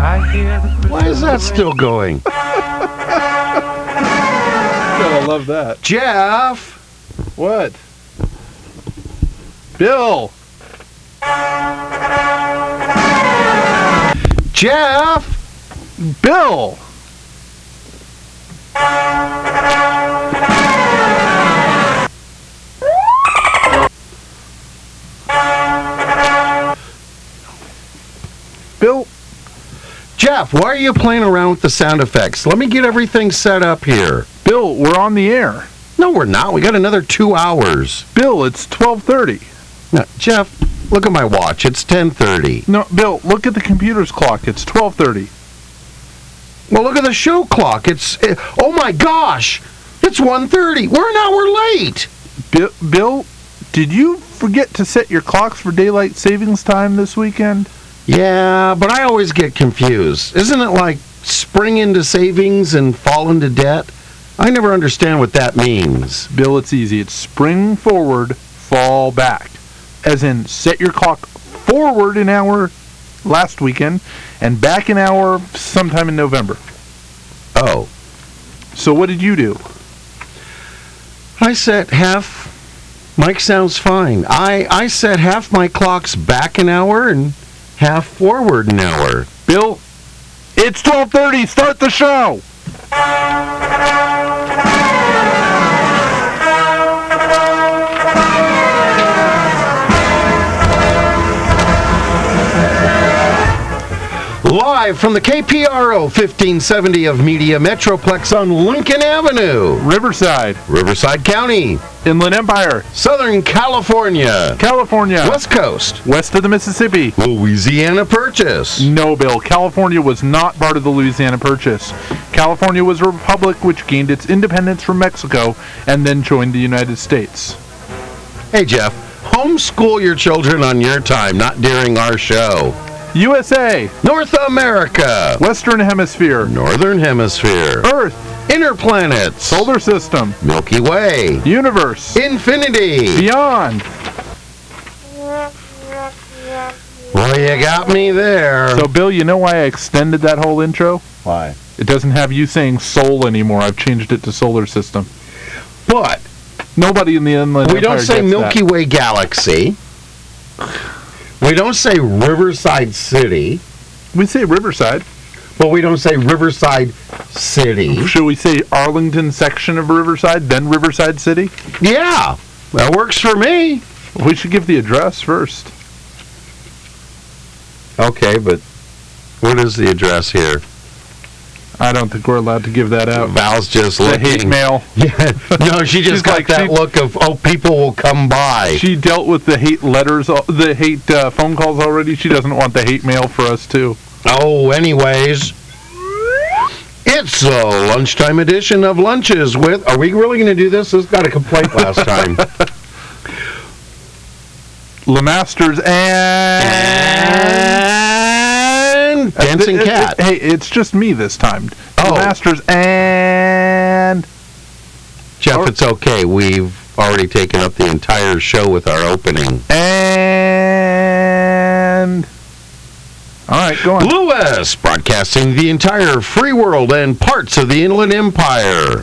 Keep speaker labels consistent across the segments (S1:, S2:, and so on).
S1: Why is that still going?
S2: I love that.
S1: Jeff!
S2: What? Bill!
S1: Jeff!
S2: Bill! Bill!
S1: Jeff, why are you playing around with the sound effects? Let me get everything set up here.
S2: Bill, we're on the air.
S1: No, we're not. We got another two hours.
S2: Bill, it's 12:30.
S1: No, Jeff, look at my watch. It's 10.30.
S2: No, Bill, look at the computer's clock. It's 12:30.
S1: Well, look at the show clock. It's, eh, oh my gosh! It's 1.30. We're an hour late!
S2: Bill, Bill, did you forget to set your clocks for daylight savings time this weekend?
S1: Yeah, but I always get confused. Isn't it like spring into savings and fall into debt? I never understand what that means.
S2: Bill, it's easy. It's spring forward, fall back. As in, set your clock forward an hour last weekend and back an hour sometime in November.
S1: Oh,
S2: So, what did you do?
S1: I set half. Mike sounds fine. I, I set half my clocks back an hour and half forward an hour.
S2: Bill, it's 12:30. Start the show.
S1: Live from the KPRO 1570 of Media Metroplex on Lincoln Avenue,
S2: Riverside,
S1: Riverside County,
S2: Inland Empire,
S1: Southern California,
S2: California,
S1: West Coast,
S2: west of the Mississippi.
S1: Louisiana Purchase.
S2: No, Bill. California was not part of the Louisiana Purchase. California was a republic which gained its independence from Mexico and then joined the United States.
S1: Hey, Jeff, homeschool your children on your time, not during our show.
S2: USA,
S1: North America,
S2: Western Hemisphere,
S1: Northern Hemisphere,
S2: Earth,
S1: Inner Planets,
S2: Solar System,
S1: Milky Way,
S2: Universe,
S1: Infinity.
S2: Beyond.
S1: Well, you got me there.
S2: So, Bill, you know why I extended that whole intro?
S3: Why?
S2: It doesn't have you saying soul anymore. I've changed it to Solar System.
S1: but
S2: Nobody in the inland.
S1: we don't
S2: Empire
S1: say
S2: gets
S1: Milky Way Galaxy. We don't say Riverside City,
S2: that. We say Riverside.
S1: but we don't say Riverside City.
S2: Should we say Arlington section of Riverside, then Riverside City?
S1: Yeah, that works for me.
S2: We should give the address first.
S1: Okay, but what is the address here?
S2: I don't think we're allowed to give that out.
S1: Val's just
S2: Oh. The hate
S1: looking.
S2: mail.
S1: Yeah. No, she
S2: She's
S1: just got
S2: like,
S1: that
S2: she-
S1: look of oh, people will come by.
S2: She dealt with the hate letters, al- the hate uh, phone calls already. She doesn't want the hate mail for us too.
S1: oh, anyways, it's a lunchtime edition of lunches with. Are we really going to do this? This got a complaint last time.
S2: Lemasters and
S1: and dancing
S2: It- it-
S1: cat.
S2: it- hey, it's just me this time.
S1: Oh.
S2: Lemasters and
S1: Jeff, it's okay. We've already taken up the entire show with our opening.
S2: and. All right, go on.
S1: Lewis, broadcasting the entire free world and parts of the Inland Empire.
S4: the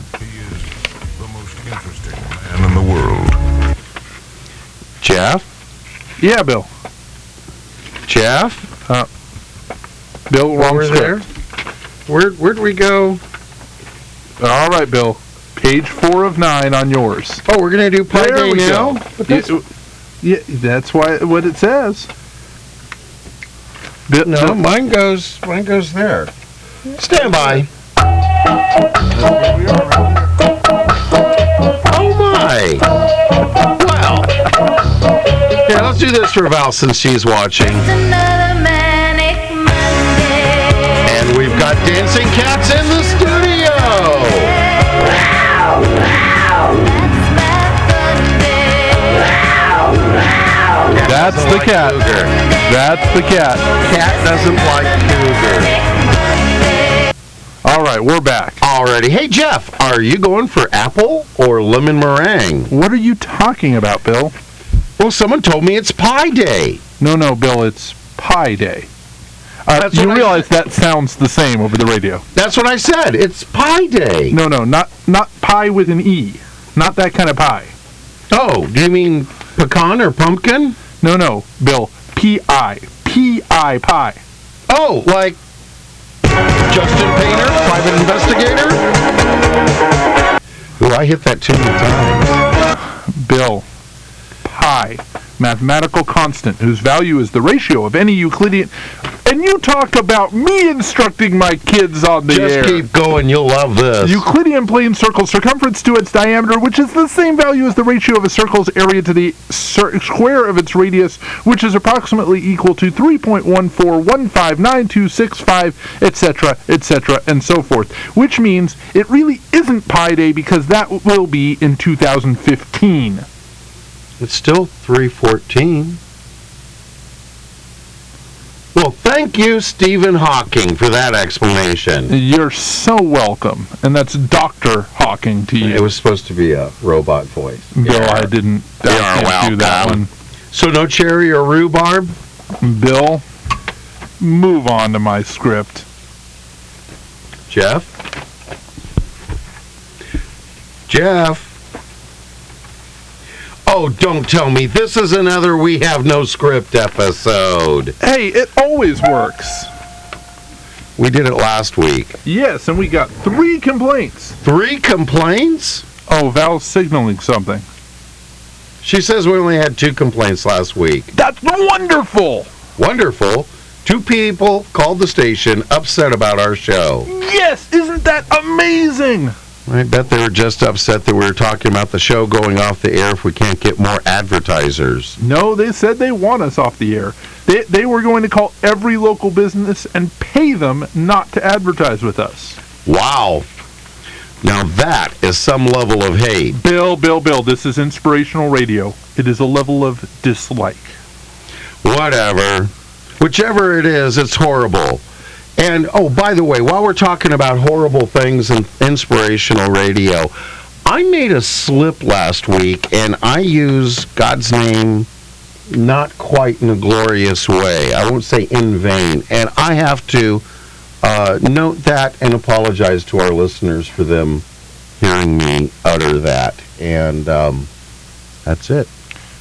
S4: most interesting man in the world.
S1: Jeff,
S2: Yeah, Bill.
S1: Jeff,
S2: Bill, wrong
S1: over
S2: script.
S1: there. Where where'd we go?
S2: All right, Bill. Page four of nine on yours.
S1: Oh, we're gonna do Pi
S2: There
S1: Day
S2: we
S1: now.
S2: go. Yeah, yeah, that's why what it says. Bi-
S1: No,
S2: Bill-
S1: mine goes. Mine goes there. Stand by. Oh my! Wow. Yeah, let's do this for Val since she's watching.
S5: Another manic Monday.
S1: And we've got dancing cats in the studio.
S5: That's
S2: that's
S5: my Sunday.
S2: the
S1: Like
S2: cat.
S1: Cougar.
S2: That's the cat.
S1: Cat doesn't like cougar.
S2: All right, we're back.
S1: Already. Hey Jeff, are you going for apple or lemon meringue?
S2: What are you talking about, Bill?
S1: Well, someone told me it's Pie Day.
S2: No, no, Bill. It's Pi Day. Uh,
S1: That's
S2: you
S1: what I-
S2: realize that sounds the same over the radio.
S1: That's what I said. It's Pi Day.
S2: No, no, not not pie with an e, not that kind of pie.
S1: Oh, do you mean pecan or pumpkin?
S2: No, no, Bill, P I P I pie.
S1: Oh, like Justin Painter, private investigator? Ooh, I hit that too many times.
S2: Bill, pi, mathematical constant whose value is the ratio of any Euclidean. And you talk about me instructing my kids on the
S1: Just
S2: air.
S1: keep going. You'll love this.
S2: Euclidean plane circle's circumference to its diameter, which is the same value as the ratio of a circle's area to the cir- square of its radius, which is approximately equal to 3.14159265, etc., etc., and so forth. Which means it really isn't Pi Day because that will be in 2015.
S1: It's still 314. Well, thank you, Stephen Hawking, for that explanation.
S2: You're so welcome. And that's Dr. Hawking to you.
S3: It was supposed to be a robot voice.
S2: Bill, I didn't I
S6: You're
S2: can't do that
S6: welcome.
S2: one.
S1: So, no cherry or rhubarb?
S2: Bill, move on to my script.
S1: Jeff? Jeff? Oh, don't tell me. This is another We Have No Script episode.
S2: Hey, it always works.
S1: We did it last week.
S2: Yes, and we got three complaints.
S1: Three complaints?
S2: Oh, Val's signaling something.
S1: She says we only had two complaints last week.
S2: That's wonderful!
S1: Wonderful. Two people called the station upset about our show.
S2: Yes, isn't that amazing?
S1: I bet they were just upset that we were talking about the show going off the air if we can't get more advertisers.
S2: No, they said they want us off the air. They, they were going to call every local business and pay them not to advertise with us.
S1: Wow. Now that is some level of hate.
S2: Bill, Bill, Bill, this is inspirational radio. It is a level of dislike.
S1: Whatever. Whichever it is, it's horrible. And oh, by the way, while we're talking about horrible things and inspirational radio, I made a slip last week and I use God's name not quite in a glorious way. I won't say in vain. And I have to uh, note that and apologize to our listeners for them hearing me utter that. And um, that's it.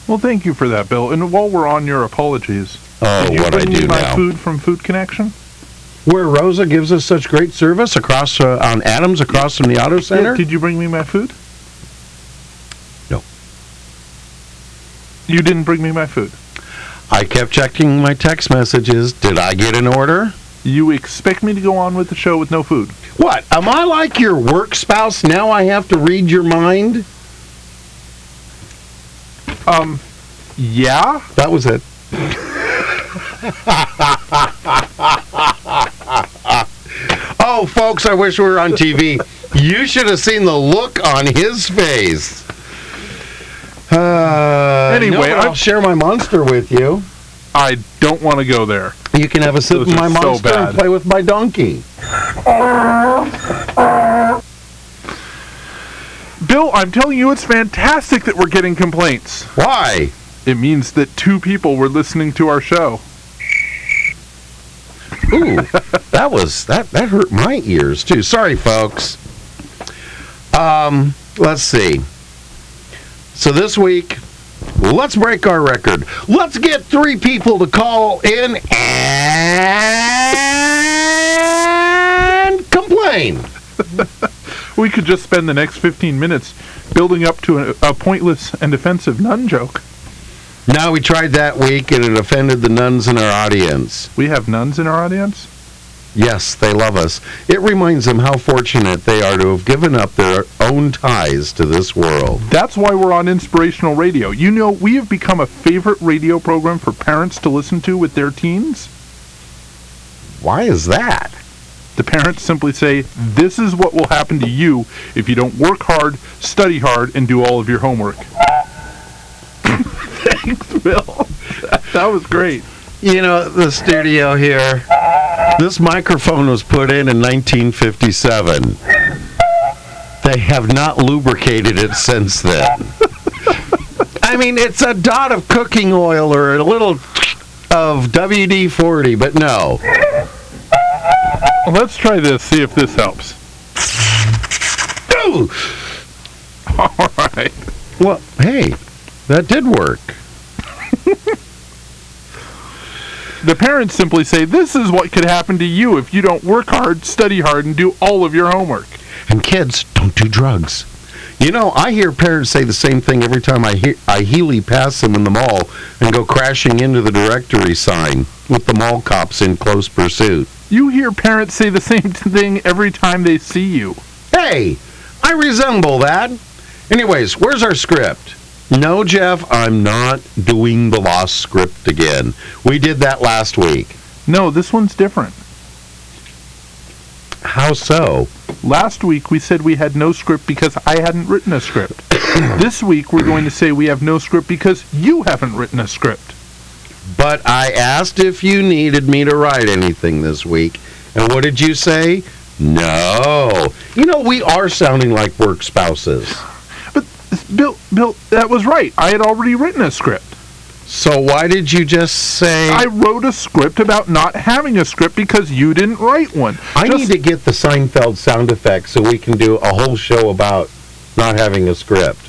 S2: Well, thank you for that, Bill. And while we're on your apologies,
S1: Oh,
S2: can you
S1: what I
S2: bring me
S1: do
S2: my
S1: now.
S2: food from Food Connection?
S1: where Rosa gives us such great service across uh, on Adams across from the auto center.
S2: Did you bring me my food?
S1: No.
S2: You didn't bring me my food.
S1: I kept checking my text messages. Did I get an order?
S2: You expect me to go on with the show with no food?
S1: What? Am I like your work spouse? Now I have to read your mind?
S2: Um, yeah.
S1: That was it. oh, folks, I wish we were on TV. You should have seen the look on his face. Uh,
S2: Anyway,
S1: no, but I'll
S2: I'll-
S1: share my monster with you.
S2: I don't want to go there.
S1: You can have a sip
S2: Those
S1: of my
S2: are so
S1: monster
S2: bad.
S1: and play with my donkey.
S2: Bill, I'm telling you, it's fantastic that we're getting complaints.
S1: Why?
S2: It means that two people were listening to our show.
S1: Ooh, that was that that hurt my ears too. Sorry, folks. Um, let's see. So this week, let's break our record. Let's get three people to call in and complain.
S2: We could just spend the next 15 minutes building up to a, a pointless and offensive nun joke.
S1: Now we tried that week and it offended the nuns in our audience.
S2: We have nuns in our audience?
S1: Yes, they love us. It reminds them how fortunate they are to have given up their own ties to this world.
S2: That's why we're on inspirational radio. You know, we have become a favorite radio program for parents to listen to with their teens.
S1: Why is that?
S2: The parents simply say, This is what will happen to you if you don't work hard, study hard, and do all of your homework. Thanks, Bill. That was great.
S1: You know, the studio here. This microphone was put in in 1957. They have not lubricated it since then. I mean, it's a dot of cooking oil or a little uh, of WD 40, but no.
S2: Let's try this, see if this helps.
S1: Ooh!
S2: All right.
S1: Well, hey, that did work.
S2: The parents simply say, This is what could happen to you if you don't work hard, study hard, and do all of your homework.
S1: And kids, don't do drugs. You know, I hear parents say the same thing every time I he- I heely pass them in the mall and go crashing into the directory sign with the mall cops in close pursuit.
S2: You hear parents say the same thing every time they see you.
S1: Hey, I resemble that. Anyways, where's our script? No, Jeff, I'm not doing the lost script again. We did that last week.
S2: No, this one's different.
S1: How so?
S2: Last week we said we had no script because I hadn't written a script. this week we're going to say we have no script because you haven't written a script.
S1: But I asked if you needed me to write anything this week. And what did you say? No. You know, we are sounding like work spouses.
S2: Bill, Bill, that was right. I had already written a script.
S1: So why did you just say
S2: I
S1: I,
S2: wrote a script about not having a script because you didn't write one.
S1: need to get the Seinfeld sound effect so we can do a whole show about not having a script?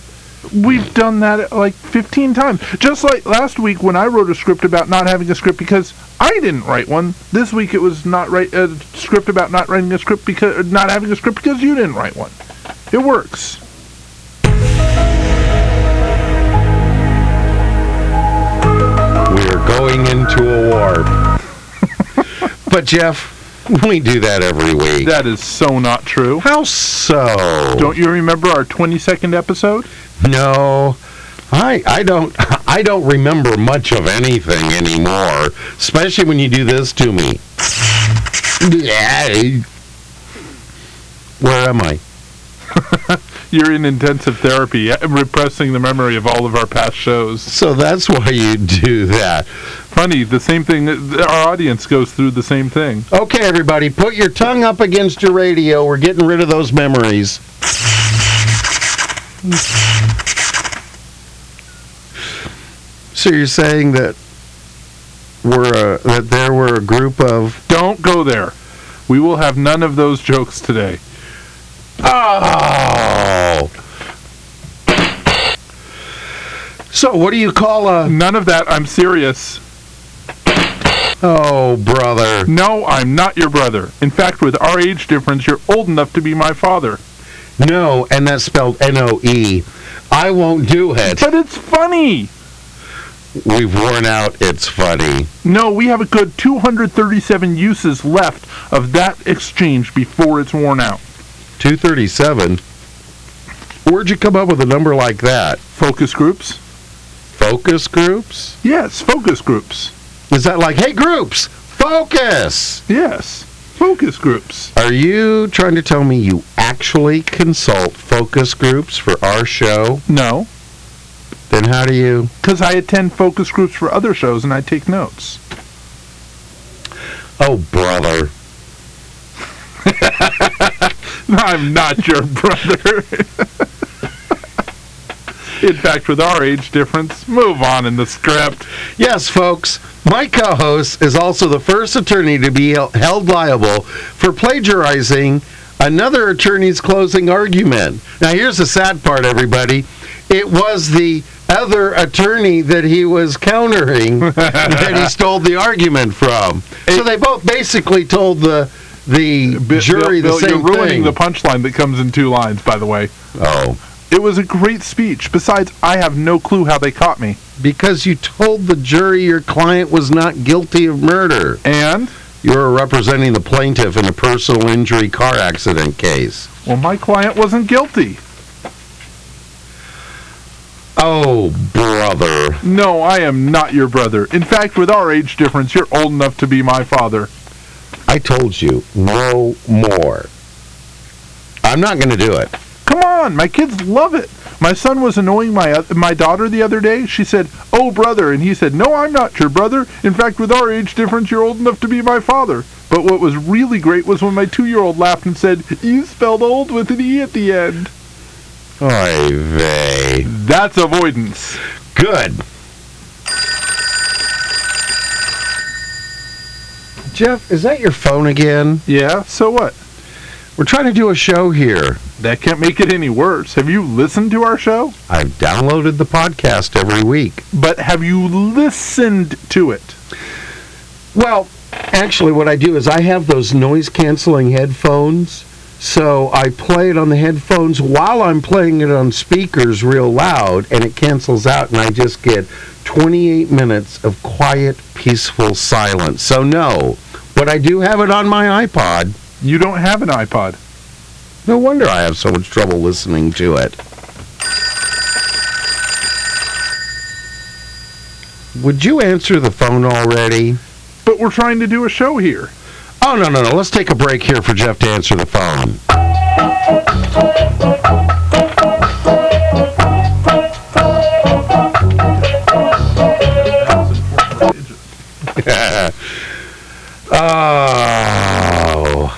S2: We've done that like 15 times. Just like last week when I wrote a script about not having a script because I didn't write one. This week it was not write a script about not writing a script because not having a script because you didn't write one. It works.
S1: We are going into a war. but Jeff, we do that every week.
S2: That is so not true.
S1: How so?
S2: Don't you remember our 22nd episode?
S1: No, I I don't I don't remember much of anything anymore. Especially when you do this to me. Yeah. Where am I?
S2: You're in intensive therapy, uh, repressing the memory of all of our past shows.
S1: So that's why you do that.
S2: Funny, the same thing, that our audience goes through the same thing.
S1: Okay, everybody, put your tongue up against your radio. We're getting rid of those memories. So you're saying that we're a, that there were a group of
S2: Don't go there. We will have none of those jokes today.
S1: Oh. So, what do you call a.
S2: None of that. I'm serious.
S1: Oh, brother.
S2: No, I'm not your brother. In fact, with our age difference, you're old enough to be my father.
S1: No, and that's spelled N O E. I won't do it.
S2: But it's funny.
S1: We've worn out. It's funny.
S2: No, we have a good 237 uses left of that exchange before it's worn out.
S1: 237. Where'd you come up with a number like that?
S2: Focus groups?
S1: Focus groups?
S2: Yes, focus groups.
S1: Is that like, hey, groups, focus?
S2: Yes, focus groups.
S1: Are you trying to tell me you actually consult focus groups for our show?
S2: No,
S1: Then how do you.
S2: because I attend focus groups for other shows and I take notes.
S1: Oh, brother.
S2: I'm not your brother. In fact, with our age difference, move on in the script.
S1: Yes, folks, my co host is also the first attorney to be hel- held liable for plagiarizing another attorney's closing argument. Now, here's the sad part, everybody. It was the other attorney that he was countering that he stole the argument from. So they both basically told the the
S2: Bi-
S1: jury
S2: Bill- Bill,
S1: the same
S2: You're ruining
S1: thing.
S2: the punchline that comes in two lines, by the way.
S1: oh,
S2: It was a great speech. Besides, I have no clue how they caught me.
S1: because you told the jury your client was not guilty of murder.
S2: And
S1: You're representing the plaintiff in a personal injury car accident case.
S2: well, my client wasn't guilty.
S1: Oh, brother.
S2: No, I am not your brother. In fact, with our age difference, you're old enough to be my father.
S1: I told you, no more. I'm not going to do it.
S2: Come on, my kids love it. My son was annoying my oth- my daughter the other day. She said, "Oh, brother," and he said, "No, I'm not your brother. In fact, with our age difference, you're old enough to be my father." But what was really great was when my two-year-old laughed and said, "You spelled old with an e at the end."
S1: Oy vey.
S2: That's avoidance.
S1: Good. Jeff, is that your phone again?
S2: Yeah, so what?
S1: We're trying to do a show here.
S2: That can't make it any worse. Have you listened to our show?
S1: I've downloaded the podcast every week.
S2: But have you listened to it?
S1: Well, actually, what I do is I have those noise canceling headphones. So I play it on the headphones while I'm playing it on speakers real loud, and it cancels out, and I just get 28 minutes of quiet, peaceful silence. So, no, but I do have it on my iPod.
S2: You don't have an iPod.
S1: No wonder I have so much trouble listening to it. Would you answer the phone already?
S2: But we're trying to do a show here.
S1: Oh, no, no, no. Let's take a break here for Jeff to answer the phone. oh.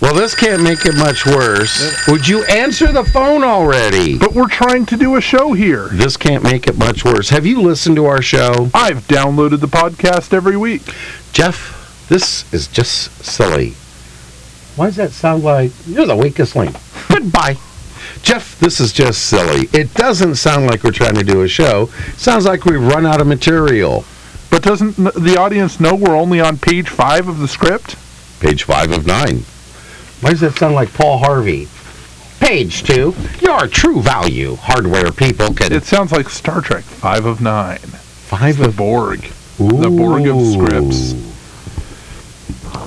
S1: Well, this can't make it much worse. Would you answer the phone already?
S2: But we're trying to do a show here.
S1: This can't make it much worse. Have you listened to our show?
S2: I've downloaded the podcast every week.
S1: Jeff, this is just silly. Why does that sound like you're the weakest link? Goodbye. Jeff, this is just silly. It doesn't sound like we're trying to do a show. sounds like we've run out of material.
S2: But doesn't n- the audience know we're only on page five of the script?
S1: Page five of nine. Why does that sound like Paul Harvey? Page two. Your true value. Hardware people can.
S2: It sounds like Star Trek Five of Nine.
S1: five
S2: The Borg. the Borg of scripts.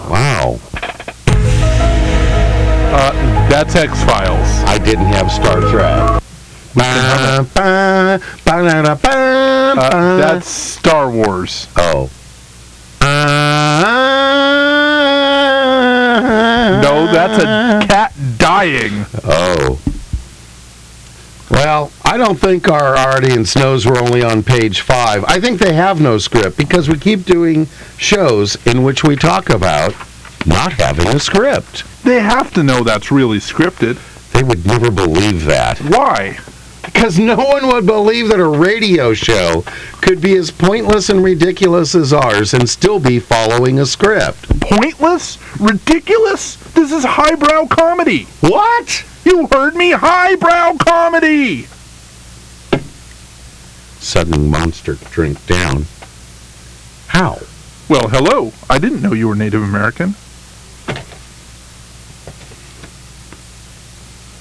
S1: Wow.
S2: Uh, that's X Files.
S1: I didn't have Star Trek. Ba, ba, ba-da-da, ba,
S2: Uh,
S1: ba.
S2: that's Star Wars.
S1: Oh.
S2: No,
S1: No,
S2: that's a cat dying.
S1: Oh. Well, I don't think our audience knows we're only on page five. I think they have no script because we keep doing shows in which we talk about not having a script.
S2: They have to know that's really scripted.
S1: They would never believe that.
S2: Why?
S1: Because no one would believe that a radio show could be as pointless and ridiculous as ours and still be following a script.
S2: Pointless? Ridiculous? This is highbrow comedy.
S1: What?
S2: You heard me, highbrow comedy.
S1: Sudden monster drink down. How?
S2: Well, hello. I didn't know you were Native American.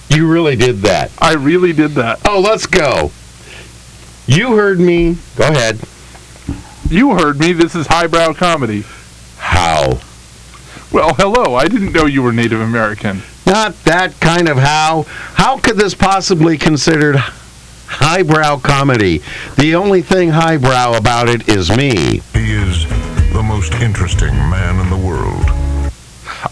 S1: You really did that.
S2: I really did that.
S1: Oh, let's go. You heard me. Go ahead.
S2: You heard me. This is highbrow comedy.
S1: How?
S2: Well, hello. I didn't know you were Native American.
S1: Not that kind of how. How could this possibly considered highbrow comedy? The only thing highbrow about it is me.
S4: He is the most interesting man in the world.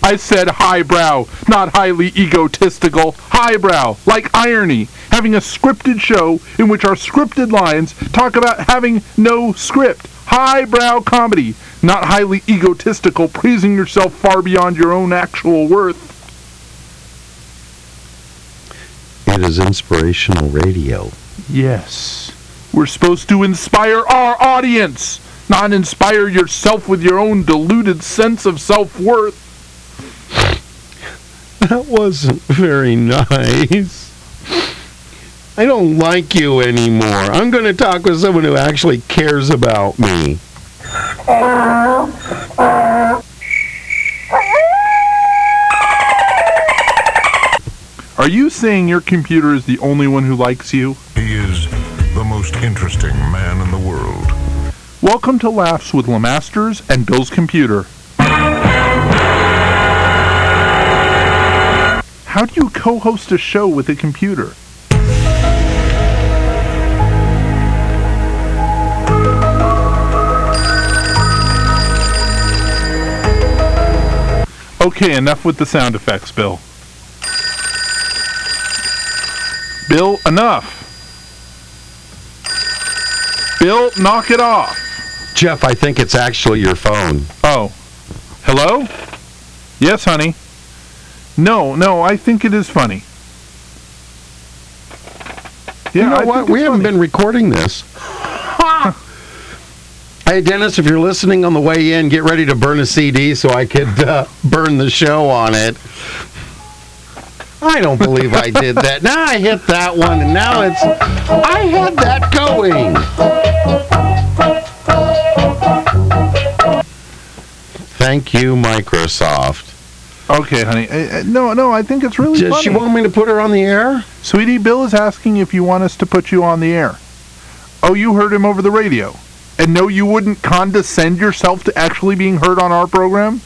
S2: I said highbrow, not highly egotistical. Highbrow, like irony. Having a scripted show in which our scripted lines talk about having no script. Highbrow comedy, not highly egotistical, praising yourself far beyond your own actual worth.
S1: It is inspirational radio.
S2: Yes. We're supposed to inspire our audience, not inspire yourself with your own deluded sense of self worth.
S1: That wasn't very nice. I don't like you anymore. I'm going to talk with someone who actually cares about me.
S2: Are you saying your computer is the only one who likes you?
S4: He is the most interesting man in the world.
S2: Welcome to Laughs with Lamasters and Bill's Computer. How do you co-host a show with a computer? Okay, enough with the sound effects, Bill. Bill, enough. Bill, knock it off.
S1: Jeff, I think it's actually your phone.
S2: Oh. Hello? Yes, honey. No, no, I think it is funny. Yeah,
S1: you know
S2: I
S1: what?
S2: think it's
S1: We haven't
S2: funny.
S1: been recording this. Hey, Dennis, if you're listening on the way in, get ready to burn a CD so I could uh, burn the show on it. I don't believe I did that. Now I hit that one, and now it's. I had that going. Thank you, Microsoft.
S2: Okay, honey. I, I, no, no, I think it's really
S1: Does
S2: funny.
S1: she want me to put her on the air?
S2: Sweetie, Bill is asking if you want us to put you on the air. Oh, you heard him over the radio. And no, you wouldn't condescend yourself to actually being heard on our program?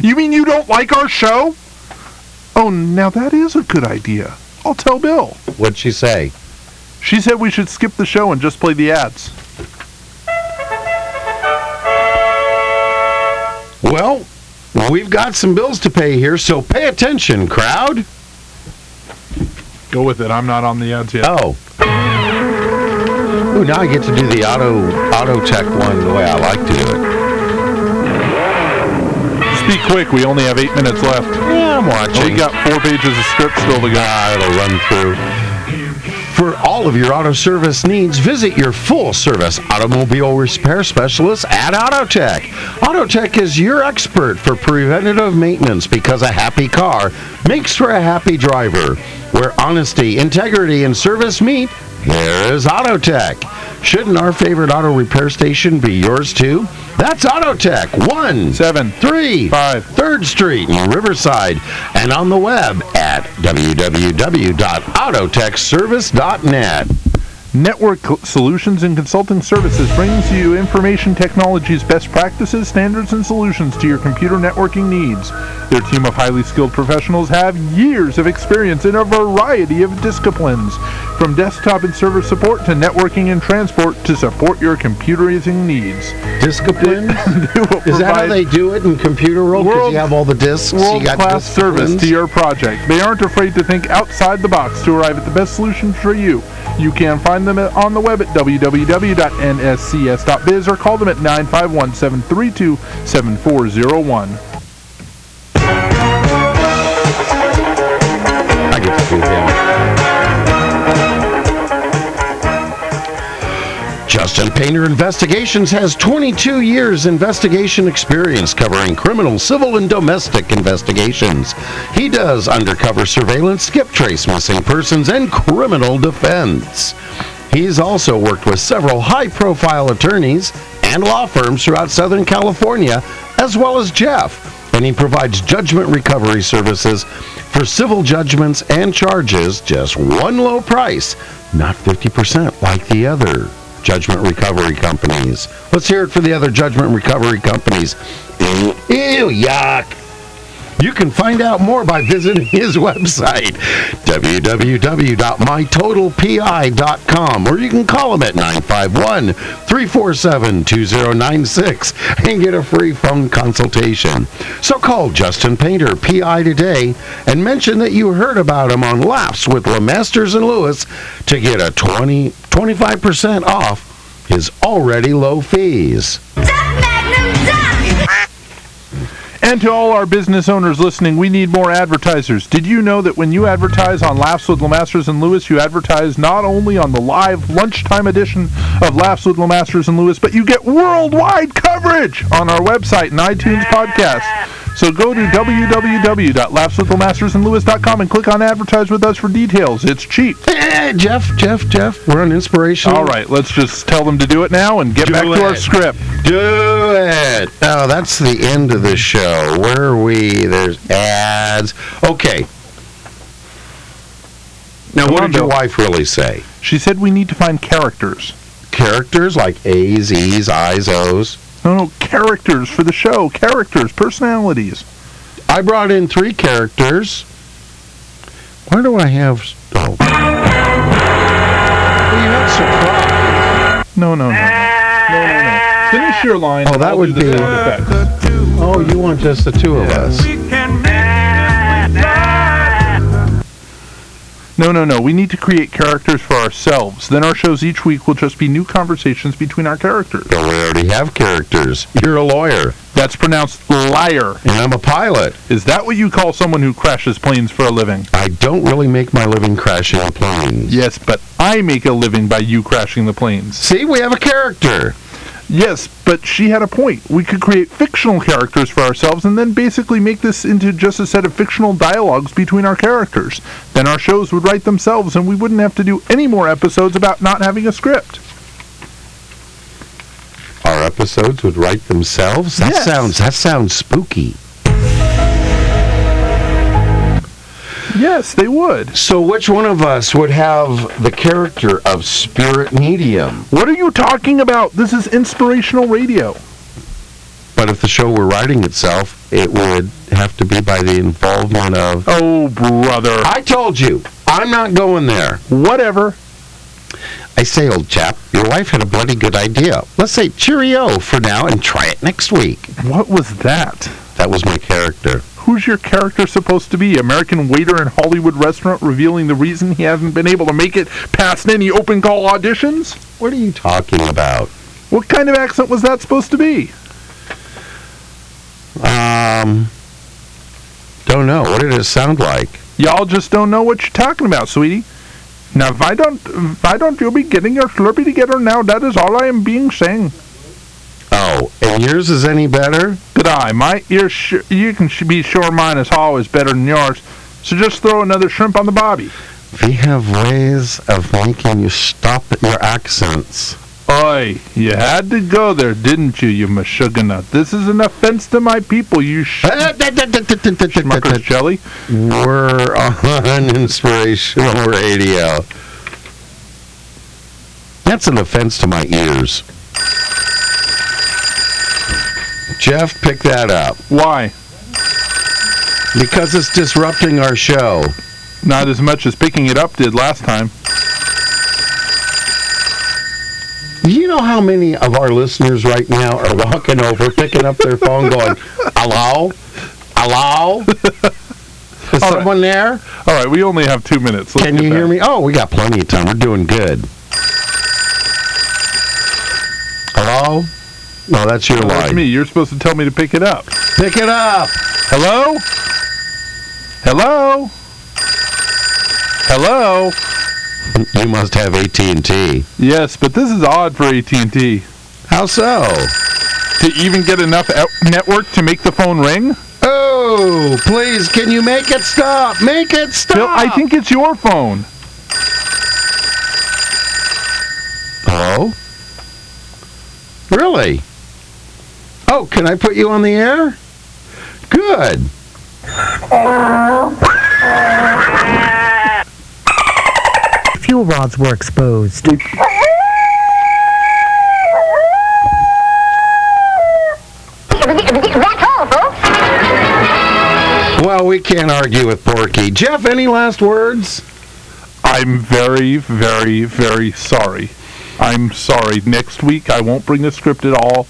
S2: You mean you don't like our show? Oh, now that is a good idea. I'll tell Bill.
S1: What'd she say?
S2: She said we should skip the show and just play the ads.
S1: Well, we've got some bills to pay here, so pay attention, crowd.
S2: Go with it. I'm not on the ads yet.
S1: Oh. Ooh, now I get to do the auto auto tech one the way I like to do it.
S2: Speak quick. We only have eight minutes left.
S1: Yeah, I'm
S2: Oh, we
S1: watching.
S2: got four pages of script still to go.
S1: Ah, it'll run through. For all of your auto service needs, visit your full service automobile repair specialist at AutoTech. AutoTech is your expert for preventative maintenance because a happy car makes for a happy driver. Where honesty, integrity, and service meet, there is AutoTech. Shouldn't our favorite auto repair station be yours too? That's AutoTech. One,
S2: Seven,
S1: three,
S2: five.
S1: Third Street in Riverside, and on the web at www.autotechservice.net.
S2: Network Solutions and Consulting Services brings you information technology's best practices, standards, and solutions to your computer networking needs. Their team of highly skilled professionals have years of experience in a variety of disciplines, from desktop and server support to networking and transport to support your computerizing needs.
S1: Discipline?
S2: They will
S1: Is that how
S2: provide-
S1: they do it in computer world? 'Cause
S2: World-
S1: you have all the discs. you got
S2: world-class service
S1: disciplines?
S2: to your project. They aren't afraid to think outside the box to arrive at the best solution for you. You can find them at- on the web at www.nscs.biz or call them at 951-732-7401.
S1: I get to do that. Justin Painter Investigations has 22 years investigation experience covering criminal, civil, and domestic investigations. He does undercover surveillance, skip trace missing persons, and criminal defense. He's also worked with several high profile attorneys and law firms throughout Southern California, as well as Jeff, and he provides judgment recovery services for civil judgments and charges, just one low price, not 50% like the other judgment recovery companies. Let's hear it for the other judgment recovery companies. Ew, yuck. You can find out more by visiting his website, www.mytotalpi.com, or you can call him at 951 347 2096 and get a free phone consultation. So call Justin Painter, PI, today and mention that you heard about him on Laughs with Lemasters and Lewis to get a 20, 25% off his already low fees.
S2: And to all our business owners listening, we need more advertisers. Did you know that when you advertise on Laughs with Lemasters and Lewis, you advertise not only on the live lunchtime edition of Laughs with Lemasters and Lewis, but you get worldwide coverage on our website and iTunes podcast. So go to www.laughswithlemastersandlewis.com and click on advertise with us for details. It's cheap.
S1: Eh, Jeff, Jeff, Jeff, we're on inspirational.
S2: All right, let's just tell them to do it now and get
S1: Do
S2: back to our
S1: it.
S2: script.
S1: Do it. Oh, that's the end of the show. Where are we? There's ads. Okay. Now, what
S2: on,
S1: did your
S2: Bill.
S1: wife really say?
S2: She said we need to find characters.
S1: Characters like A's, E's, I's, O's.
S2: No, no, characters for the show. Characters, personalities.
S1: I brought in three characters. Why do I have? Oh. Well, you're not surprised.
S2: No, no, no. No, no, no. Finish your line.
S1: Oh,
S2: and
S1: that
S2: I'll
S1: would
S2: do the
S1: be-
S2: sound effects.
S1: Oh, you want just the two of us?
S2: No, no, no. We need to create characters for ourselves. Then our shows each week will just be new conversations between our characters.
S1: Well, we already have characters. You're a lawyer,
S2: That's pronounced liar.
S1: and I'm a pilot.
S2: Is that what you call someone who crashes planes for a living?
S1: I don't really make my living crashing planes.
S2: Yes, but I make a living by you crashing the planes.
S1: See, we have a character.
S2: Yes, but she had a point. We could create fictional characters for ourselves and then basically make this into just a set of fictional dialogues between our characters. Then our shows would write themselves and we wouldn't have to do any more episodes about not having a script.
S1: Our episodes would write themselves. That
S2: Yes.
S1: sounds that sounds spooky.
S2: Yes, they would.
S1: So which one of us would have the character of spirit medium?
S2: What are you talking about? This is inspirational radio.
S1: But if the show were writing itself, it would have to be by the involvement of
S2: Oh, brother.
S1: I told you, I'm not going there.
S2: Whatever.
S1: I say, old chap, your wife had a bloody good idea. Let's say cheerio for now and try it next week.
S2: What was that?
S1: That was my character.
S2: Who's your character supposed to be? American waiter in Hollywood restaurant revealing the reason he hasn't been able to make it past any open call auditions?
S1: What are you talking about?
S2: What kind of accent was that supposed to be?
S1: Um, don't know. What did it sound like?
S2: Y'all just don't know what you're talking about, sweetie. Now, if I don't, if I don't, you'll be getting your Slurpee together now. That is all I am being saying.
S1: Oh, and yours is any better?
S2: Good eye, my ear. Sh- you can sh- be sure mine is always better than yours. So just throw another shrimp on the bobby.
S1: We have ways of making you stop at your accents.
S2: Oi, you had to go there, didn't you, you mashugana? This is an offense to my people, you sh- schmucker's jelly.
S1: We're on inspirational radio. That's an offense to my ears. Jeff, pick that up
S2: Why?
S1: because it's disrupting our show.
S2: Not as much as picking it up did last time.
S1: Do you know how many of our listeners right now are walking over, picking up their phone, going, "Hello, hello, is
S2: All right.
S1: someone there?
S2: All right, we only have two minutes. Let's
S1: Can
S2: get
S1: you
S2: back.
S1: hear me? Oh, we got plenty of time. We're doing good. Hello? No, that's your
S2: Oh, that's
S1: line.
S2: me. You're supposed to tell me to pick it up.
S1: Pick it up.
S2: Hello? Hello? Hello?
S1: You must have AT and T.
S2: Yes, but this is odd for AT&T.
S1: How so?
S2: To even get enough out- network to make the phone ring?
S1: Oh, please, can you make it stop? Make it stop.
S2: Bill, I think it's your phone.
S1: Hello? Really? Oh, can I put you on the air? Good.
S6: Fuel rods were exposed.
S5: That's all, folks.
S1: Well, we can't argue with Porky. Jeff, any last words?
S2: I'm very, very, very sorry. I'm sorry. Next week, I won't bring the script at all.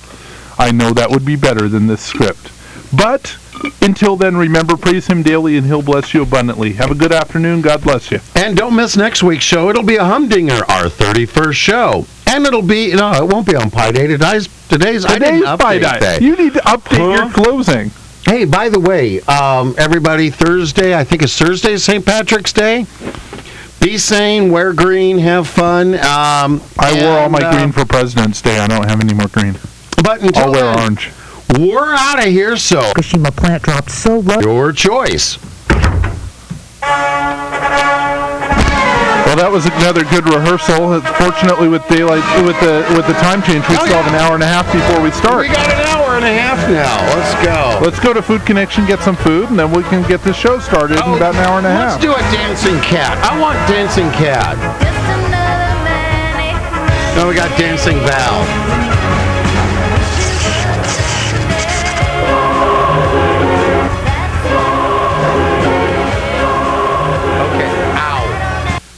S2: I know that would be better than this script. But until then, remember, praise him daily and he'll bless you abundantly. Have a good afternoon. God bless you.
S1: And don't miss next week's show. It'll be a humdinger, our 31st show. And it'll be, no, it won't be on Pi Day. Today's, today's, I didn't
S2: Today's
S1: update
S2: Friday.
S1: that.
S2: You need to update
S1: Huh?
S2: your closing.
S1: Hey, by the way, um, everybody, Thursday, I think it's Thursday, St. Patrick's Day. Be sane, wear green, have fun. Um,
S2: I wore all
S1: and,
S2: my
S1: uh,
S2: green for President's Day. I don't have any more green.
S1: But until
S2: I'll wear
S1: then,
S2: orange.
S1: We're out of here, so
S6: Fukushima plant dropped so low.
S1: your choice.
S2: Well, that was another good rehearsal. Fortunately, with daylight, with the with the time change, we
S1: Oh,
S2: still have an
S1: yeah.
S2: hour and a half before we
S1: We
S2: start.
S1: got an hour and a half now. Let's go.
S2: Let's go to Food Connection, get some food, and then we can get this show started in about an hour and a half.
S1: Oh, Let's do a dancing cat. I want dancing cat.
S5: Just another manic
S1: Now we got dancing Val.